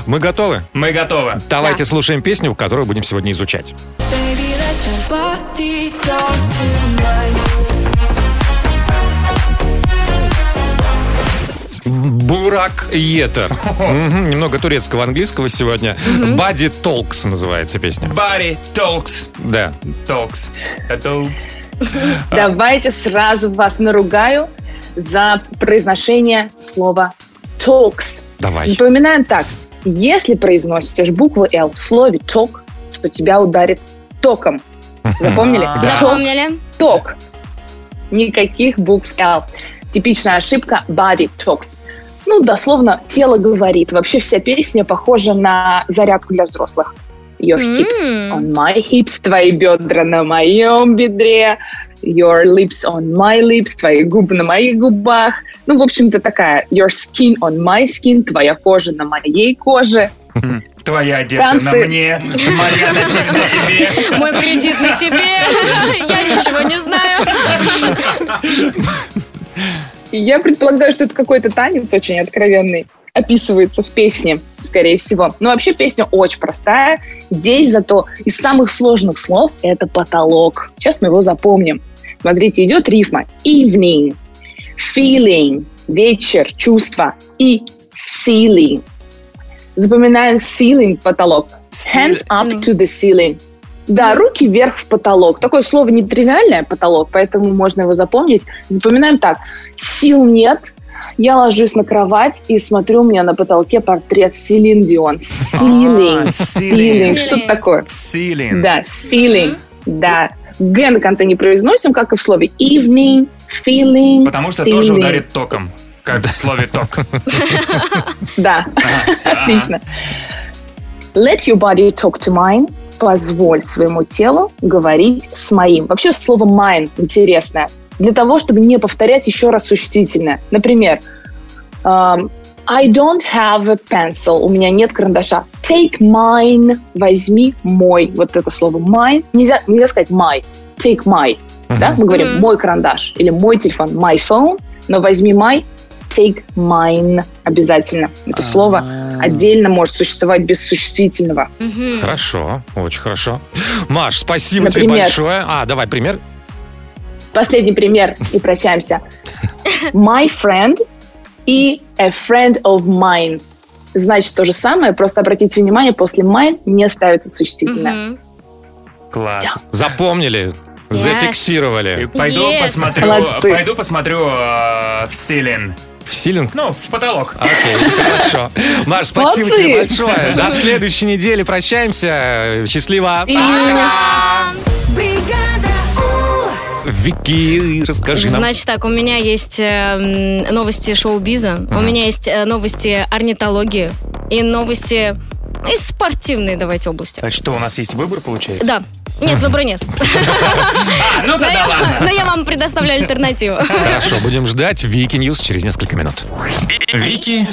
Мы готовы? Мы готовы. Давайте слушаем песню, которую будем сегодня изучать. Baby, let your body talk tonight. Бурак Йетер. Мгм, Немного турецкого английского сегодня. Body Talks называется песня. Барри, толкс, Да. толкс, толкс. Давайте сразу вас наругаю за произношение слова «talks». Давай. Запоминаем так. Если произносишь букву «л» в слове «ток», то тебя ударит током. Запомнили? Да. Ток. Запомнили. Ток. Никаких букв «л». Типичная ошибка «body talks». Ну, дословно, тело говорит. Вообще вся песня похожа на зарядку для взрослых. Your hips on my hips, твои бедра на моем бедре. Your lips on my lips, твои губы на моих губах. Ну, в общем-то, такая your skin on my skin, твоя кожа на моей коже. Твоя одежда на Танцы. мне, моя на тебе, на тебе. Мой кредит на тебе. Я ничего не знаю. И Я предполагаю, что это какой-то танец очень откровенный описывается в песне, скорее всего. Но вообще песня очень простая. Здесь зато из самых сложных слов это потолок. Сейчас мы его запомним. Смотрите, идет рифма. Evening, feeling, вечер, чувство и ceiling. Запоминаем ceiling, потолок. Hands up to the ceiling. Да, руки вверх в потолок. Такое слово нетривиальное, потолок, поэтому можно его запомнить. Запоминаем так. Сил нет, я ложусь на кровать и смотрю, у меня на потолке портрет Селин А, Дион. Силинг. Силинг. Силинг. Что-то такое. Силинг. Да, силинг. Да. Г на конце не произносим, как и в слове evening, feeling. Потому что тоже ceiling. ударит током. Как в слове ток. Да, отлично. Let your body talk to mine. Позволь своему телу говорить с моим. Вообще слово mine интересное. Для того, чтобы не повторять еще раз существительное. Например, эм, I don't have a pencil. У меня нет карандаша. Take mine. Возьми мой. Вот это слово mine. Нельзя, нельзя сказать my. Take my. Да? Мы говорим мой карандаш или мой телефон, my phone. Но возьми my, take mine обязательно. Это слово отдельно может существовать без существительного. Хорошо, очень хорошо. Маш, спасибо тебе Например. большое. А, давай пример. Последний пример и прощаемся. My friend и a friend of mine. Значит, то же самое, просто обратите внимание, после mine не ставится существительное. Класс. Запомнили, зафиксировали. Пойду Yes. посмотрю, Молодцы. пойду посмотрю э, в Силин. В Силинг? Ну, в потолок. Окей, хорошо. Маш, спасибо Молодцы. тебе большое. До следующей недели прощаемся. Счастливо. Бригада У. Вики, расскажи нам. Значит так, у меня есть э, м, новости шоу-биза, у меня есть э, новости орнитологии и новости из спортивной, давайте, области. А что, у нас есть выбор, получается? Да. Нет, выбора нет. А, ну Но тогда я- ладно. но я вам предоставляю альтернативу. Хорошо, будем ждать Вики Ньюс через несколько минут. Вики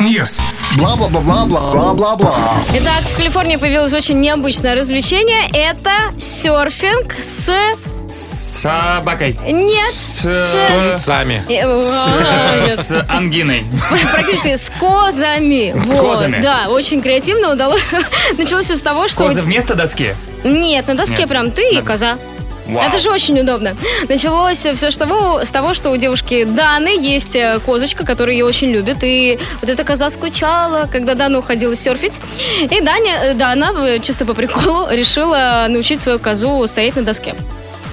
Ньюс. Бла-бла-бла-бла-бла-бла-бла. Итак, в Калифорнии появилось очень необычное развлечение. Это серфинг с... С собакой. Нет. С э, тунцами. Э, а, нет. С ангиной. Практически с козами. С Вот, козами. Да, очень креативно удалось. Началось все с того, что... Коза вместо доски. Нет, на доске Нет. прям ты и коза. Вау. Это же очень удобно. Началось все с того, с того, что у девушки Даны есть э, козочка, которую ее очень любит. И вот эта коза скучала, когда Дана уходила серфить. И Даня, э, Дана, э, чисто по приколу, А решила научить свою козу стоять на доске.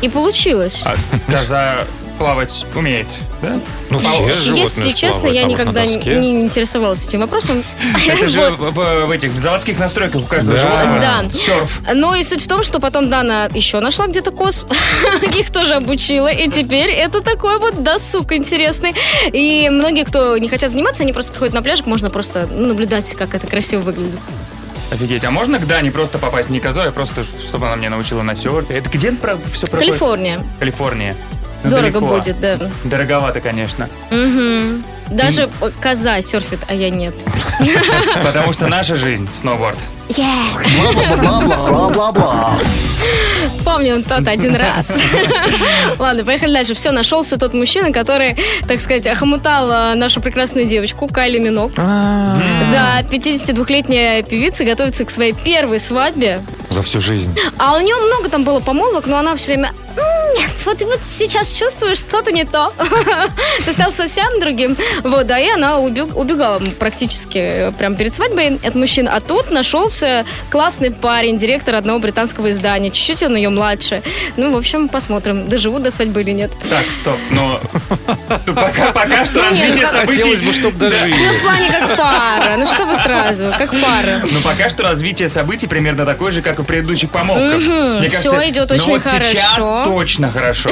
И получилось. Коза плавать умеет, да? Ну, все Мало. животные Если честно, плавают, я а вот на никогда доске- не интересовалась этим вопросом. Это же Вот. в, в- в этих в заводских настройках у каждого Да. животного Да. серф. Но Ну, и суть в том, что потом Дана еще нашла где-то коз, их тоже обучила, и теперь это такой вот досуг интересный. И многие, кто не хотят заниматься, они просто приходят на пляжик, можно просто ну, наблюдать, как это красиво выглядит. Офигеть, а можно к Дане просто попасть не козой, а просто чтобы она меня научила на серфе? Это где все проходит? Калифорния. Калифорния. Ну, Дорого далеко. будет, да. Дороговато, конечно. Мгм. Даже э, коза серфит, а я нет. Потому что наша жизнь — сноуборд. Yeah. Бла-бла-бла-бла-бла-бла. Помню он тот один раз. Ладно, поехали дальше. Все, нашелся тот мужчина, который, так сказать, охомутал э, нашу прекрасную девочку Кайли Минок. Да, 52-летняя певица готовится к своей первой свадьбе. За всю жизнь. А у нее много там было помолвок, но она все время... «М, Нет, вот, вот сейчас чувствую, что-то не то. Ты стал совсем другим. Вот, да, и она убег- убегала практически э, прямо перед свадьбой от мужчин. А тут нашелся классный парень, директор одного британского издания. Чуть-чуть он ее младше. Ну, в общем, посмотрим, доживут до свадьбы или нет. Так, стоп, но тут пока, пока что Ну, нет, развитие ну, событий... хотелось бы, чтоб Да. дожили. Ну, в плане как пара. Ну, что вы сразу, как пара. Ну, пока что развитие событий примерно такое же, как и в предыдущих помолвках. Мгм, Мне всё кажется, идёт ну очень вот сейчас хорошо. точно хорошо.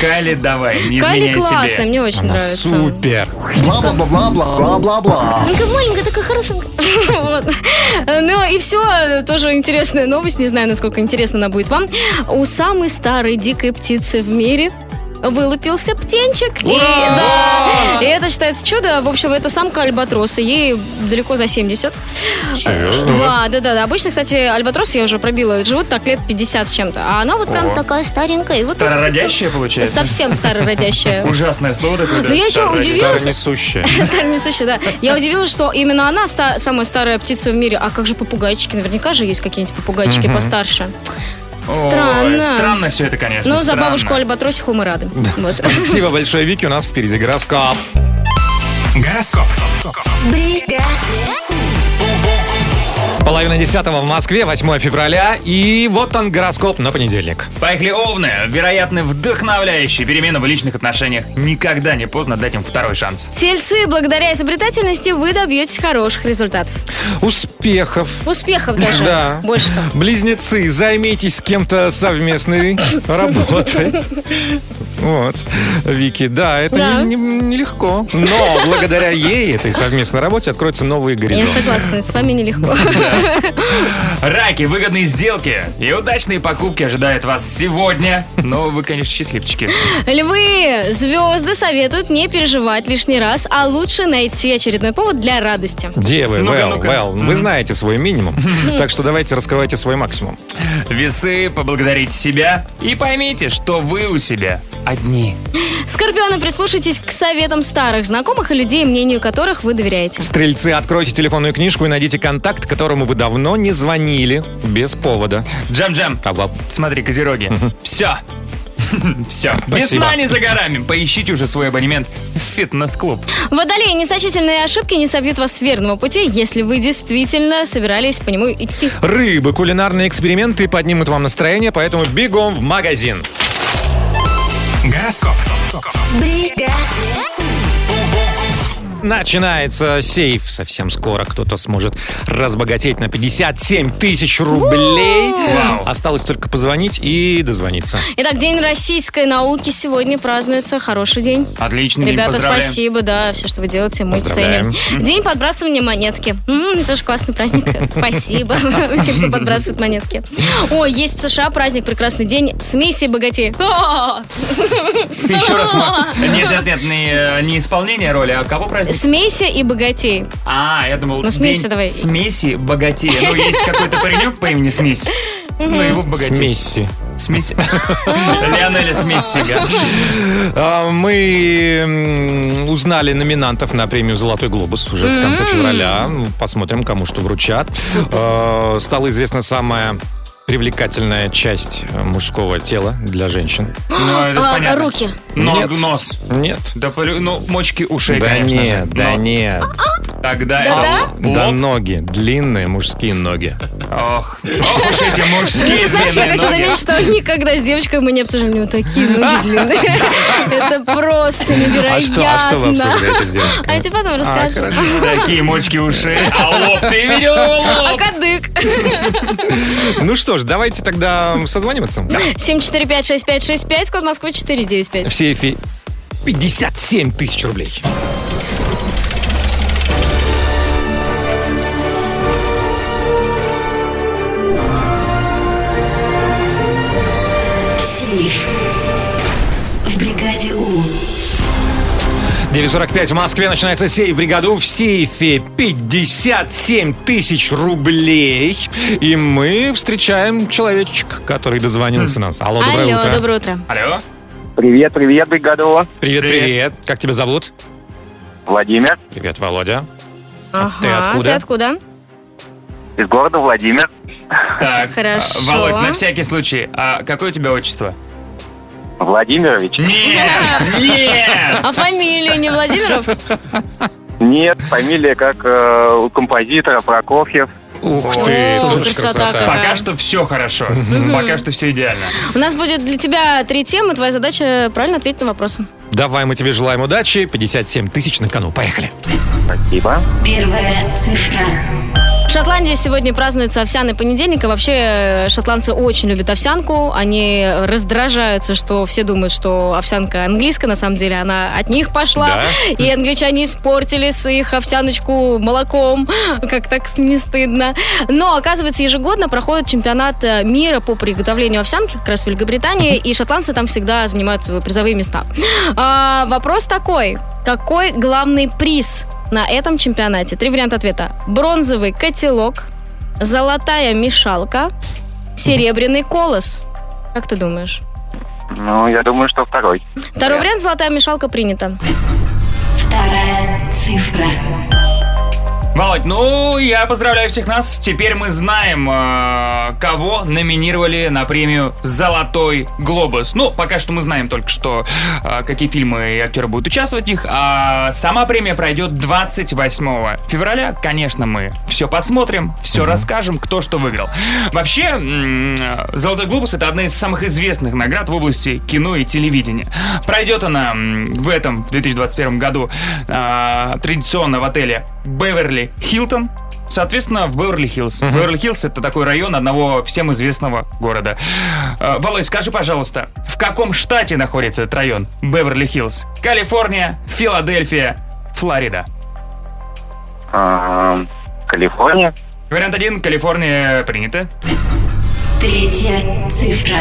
Кали, давай, не Кайли изменяй классная, себе. мне очень Она нравится. Ну, супер. Бла-бла-бла-бла-бла-бла-бла. Маленькая, маленькая, такая хорошенькая. Вот. Ну и все, тоже интересная новость. Не знаю, насколько интересна она будет вам. У самой старой дикой птицы в мире вылупился птенчик. И, да, и это считается чудо. В общем, это самка альбатроса. Ей далеко за 70. Э, Серьезно? Да, да, да, да. Обычно, кстати, альбатросы, я уже пробила, живут так лет 50 с чем-то. А она вот прям О. такая старенькая. И вот тут- Старородящая, получается? Совсем старородящая. Ужасное слово такое. да, Но я еще старородящая. удивилась. Старонесущая. Старая несущая, да. Я удивилась, что именно она ста- самая старая птица в мире. А как же попугайчики? Наверняка же есть какие-нибудь попугайчики Мгм. постарше. Ой, Странно. Странно все это, конечно. Но за странно. бабушку Альбатросиху мы рады. Вот. Спасибо большое, Вики. У нас впереди гороскоп. Гороскоп. Половина десятого в Москве, 8 февраля. И вот он, гороскоп на понедельник. Поехали, Овны! Вероятно, вдохновляющие перемены в личных отношениях. Никогда не поздно дать им второй шанс. Тельцы, благодаря изобретательности вы добьетесь хороших результатов. Успехов. Успехов даже. Да. Больше там. Близнецы, займитесь с кем-то совместной работой. Вот, Вики, да, это Да. не- не- нелегко. Но благодаря ей, этой совместной работе, откроются новые Я горизонты. согласна, с вами нелегко. Раки, выгодные сделки и удачные покупки ожидают вас сегодня. Но вы, конечно, счастливчики. Львы, звезды советуют не переживать лишний раз, а лучше найти очередной повод для радости. Девы, Ну-ка, Вэл, ну-ка. Вэл, вы знаете свой минимум, так что давайте раскрывайте свой максимум. Весы, поблагодарите себя и поймите, что вы у себя одни. Скорпионы, прислушайтесь к советам старых знакомых и людей, мнению которых вы доверяете. Стрельцы, откройте телефонную книжку и найдите контакт, которому вы давно не звонили, без повода. Джам-джам, смотри, козероги. Все. Все. Весна не за горами. Поищите уже свой абонемент в фитнес-клуб. Водолеи, незначительные ошибки не собьют вас с верного пути, если вы действительно собирались по нему идти. Рыбы, кулинарные эксперименты поднимут вам настроение, поэтому бегом в магазин. Гороскоп. Начинается сейф. Совсем скоро кто-то сможет разбогатеть на 57 тысяч рублей. Вау. Осталось только позвонить и дозвониться. Итак, День российской науки сегодня празднуется. Хороший день. Отлично, Ребята, спасибо, да, все, что вы делаете, мы Поздравляем. ценим. День подбрасывания монетки. М, тоже классный праздник. Спасибо всем, кто подбрасывает монетки. Ой, есть в США праздник, прекрасный день. Смеси богатей. О! Еще раз. Ма- Нет, нет, нет, не, э, не исполнение роли, а кого праздник? Смейся и богатей. А, я думал, Ну, смейся день давай. смеси богатея. Ну, есть какой-то паренек по имени Смесь. Ну, его богатей. Смесси. Смесь. Лионеля Смесси. га. А, Мы м, узнали номинантов на премию «Золотой глобус» уже в конце М. февраля. Посмотрим, кому что вручат. Э, Стала известна самая привлекательная часть э, мужского тела для женщин. Ну, это ж А, понятно. Руки. Но Нет. нос. Нет. Да, полю- ну, мочки ушей, да конечно нет, же. да Но- нет. Тогда Да-да? это Да лоб. ноги, длинные мужские ноги. Ох, ох уж эти мужские Это значит, Ну, я длинные хочу ноги. заметить, что никогда с девочкой мы не обсуждали. У него такие ноги длинные. Это просто невероятно. А что- а что вы обсуждаете с девочкой? А я тебе потом расскажу. Такие мочки ушей. А лоб ты видел? А лоб? кадык. Ну что ж, давайте тогда созваниваться. 7456565, код Москвы 495. В сейфе 57 тысяч рублей. Сейф. В бригаде У. 9.45 в Москве начинается сейф бригаду в сейфе 57 тысяч рублей. И мы встречаем человечек, который дозвонился нас. Алло, доброе Алло, утро. доброе утро. Алло. Привет, привет, бригадова. Привет, привет, Как тебя зовут? Владимир. Привет, Володя. Ага, А, ты откуда? Ты откуда? Из города Владимир. Так, Хорошо. а, Володь, на всякий случай, а какое у тебя отчество? Владимирович? Нет, нет. А фамилия не Владимиров? Нет, фамилия как э, у композитора Прокофьев. Ух ты, О, слушай, красота красота. какая. Пока что все хорошо. Пока что все идеально. У нас будет для тебя три темы. Твоя задача правильно ответить на вопросы. Давай мы тебе желаем удачи. 57 тысяч на кону. Поехали. Спасибо. Первая цифра. В Шотландии сегодня празднуется овсяный понедельник, и вообще э, шотландцы очень любят овсянку. Они раздражаются, что все думают, что овсянка английская, на самом деле она от них пошла. Да? И англичане испортили с их овсяночку молоком, как так с- не стыдно. Но, оказывается, ежегодно проходит чемпионат э, мира по приготовлению овсянки, как раз в Великобритании, и шотландцы там всегда занимают э, призовые места. А, вопрос такой. Какой главный приз на этом чемпионате? Три варианта ответа. Бронзовый котелок, золотая мешалка, серебряный колос. Как ты думаешь? Ну, я думаю, что второй. Второй вариант «Золотая мешалка» принята. Вторая цифра. Володь, ну, я поздравляю всех нас. Теперь мы знаем, э, кого номинировали на премию «Золотой глобус». Ну, пока что мы знаем только, что э, какие фильмы и актеры будут участвовать в них. А сама премия пройдет 28 февраля. Конечно, мы все посмотрим, все расскажем, кто что выиграл. Вообще, м, э, «Золотой глобус» — это одна из самых известных наград в области кино и телевидения. Пройдет она м, в этом, в 2021 году, э, традиционно в отеле Беверли Хилтон. Соответственно, в Беверли-Хиллз. Беверли-Хиллз — это такой район одного всем известного города. Э, Володь, скажи, пожалуйста, в каком штате находится этот район Беверли-Хиллз? Калифорния, Филадельфия, Флорида. Эм, Калифорния. Вариант один, Калифорния принята. Третья цифра.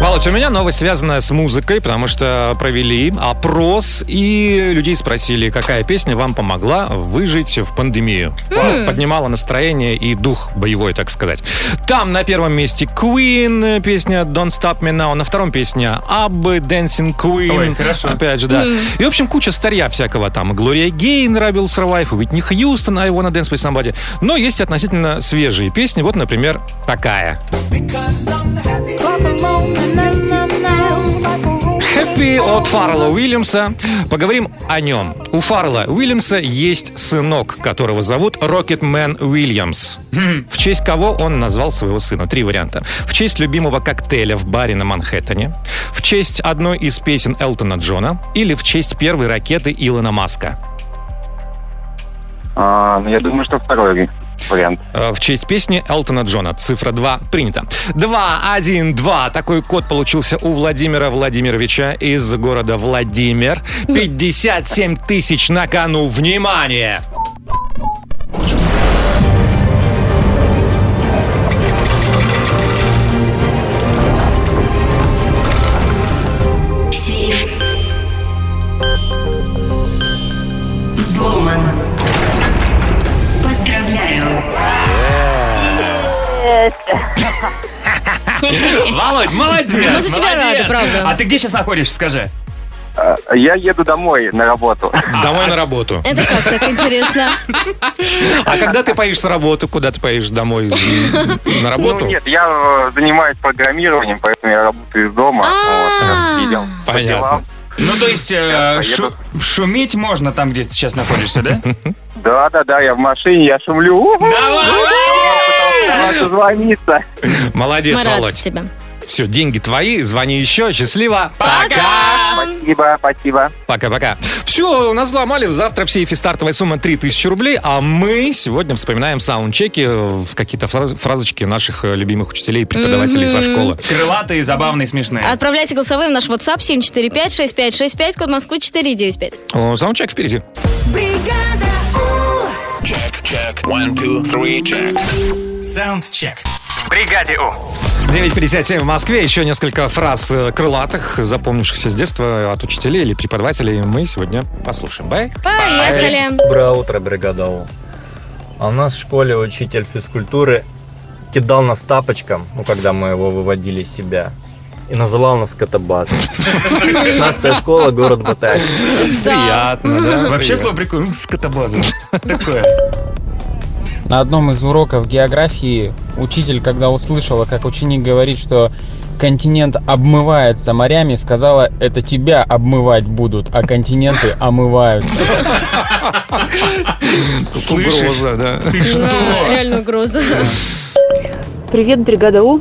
Володь, у меня новость связанная с музыкой, потому что провели опрос и людей спросили, какая песня вам помогла выжить в пандемию. М. Ну, Поднимала настроение и дух боевой, так сказать. Там на первом месте Queen, э, песня Don't Stop Me Now, на втором песня Abba, Dancing Queen. Ой, хорошо. Опять же, да. М. И, в общем, куча старья всякого там. Глория Гейн, Rebel Survive, Whitney Хьюстон, I Wanna Dance With Somebody. Но есть относительно свежие песни. Вот, например, такая. Happy от Фаррелла Уильямса. Поговорим о нем. У Фаррелла Уильямса есть сынок, которого зовут Рокетмен Уильямс. В честь кого он назвал своего сына? Три варианта. В честь любимого коктейля в баре на Манхэттене, в честь одной из песен Элтона Джона или в честь первой ракеты Илона Маска. А, ну, я думаю, что второй вариант. Э, в честь песни Элтона Джона. Цифра 2 принята. 2, 1, 2. Такой код получился у Владимира Владимировича из города Владимир. 57 тысяч на кону. Внимание! Сейф. Взломан. Поздравляю. Володь, молодец! Мы за тебя молодец. рады, правда. А ты где сейчас находишься, скажи? Э, Я еду домой на работу. Домой на работу. Это как так интересно? А когда ты поедешь с работы, куда ты поедешь домой? На Ну, работу? нет, А. я э, занимаюсь программированием, поэтому я работаю из дома. Вот, э, видел. По Понятно. делам. Ну, то есть, э, шу- шуметь можно там, где ты сейчас находишься, да? Да, да, да, я в машине, я шумлю. У-ху! Пытался Созвониться. Молодец, Мы рады Володь. тебе. Все, деньги твои, звони еще, счастливо. Спасибо, спасибо. Пока-пока. Все, у нас взломали. Завтра в сейфе стартовая сумма 3000 рублей, а мы сегодня вспоминаем в саундчеке э, в какие-то фраз- фразочки наших э, любимых учителей и преподавателей со Мгм. школы. Крылатые, забавные, смешные. Отправляйте голосовые в наш WhatsApp 745-6565, код Москвы 495. О, Саундчек впереди. Чек. One, two, three, check. Саундчек. В бригаде У. 9.57 в Москве. Еще несколько фраз э, крылатых, запомнившихся с детства от учителей или преподавателей. Мы сегодня послушаем. Бай. Поехали. Доброе утро, бригада У. А у нас в школе учитель физкультуры кидал нас тапочком, ну, когда мы его выводили из себя, и называл нас скотобазой. 16 школа, город Батайск. Приятно, да? Вообще Привет. слово прикольно. Скотобаза. Такое. На одном из уроков географии учитель, когда услышала, как ученик говорит, что континент обмывается морями, сказала, это тебя обмывать будут, а континенты омываются. Слышишь? Угроза, да. Ты Да, Реально угроза. Привет, бригада У.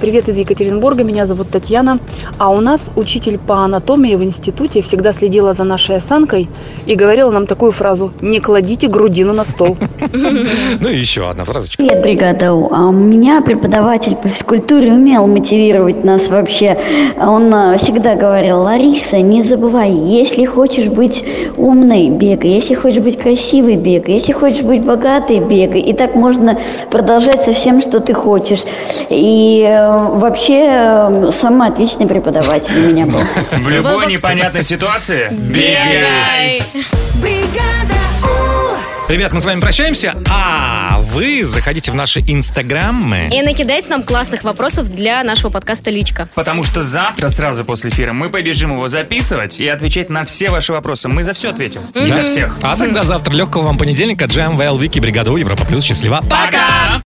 Привет из Екатеринбурга, меня зовут Татьяна. А у нас учитель по анатомии в институте всегда следила за нашей осанкой и говорила нам такую фразу «Не кладите грудину на стол». Ну и еще одна фразочка. Привет, бригада У. А У меня преподаватель по физкультуре умел мотивировать нас вообще. Он а, всегда говорил, Лариса, не забывай, если хочешь быть умной, бегай. Если хочешь быть красивой, бегай. Если хочешь быть богатой, бегай. И так можно продолжать со всем, что ты хочешь. И э, вообще э, самый отличный преподаватель у меня был. В любой непонятной ситуации бегай. Ребят, мы с вами прощаемся, а вы заходите в наши инстаграммы. И накидайте нам классных вопросов для нашего подкаста «Личка». Потому что завтра, сразу после эфира, мы побежим его записывать и отвечать на все ваши вопросы. Мы за все ответим. И Да. за всех. А тогда завтра легкого вам понедельника. Джем, Вейл, Вики, Бригада У, Европа Плюс. Счастливо. Пока!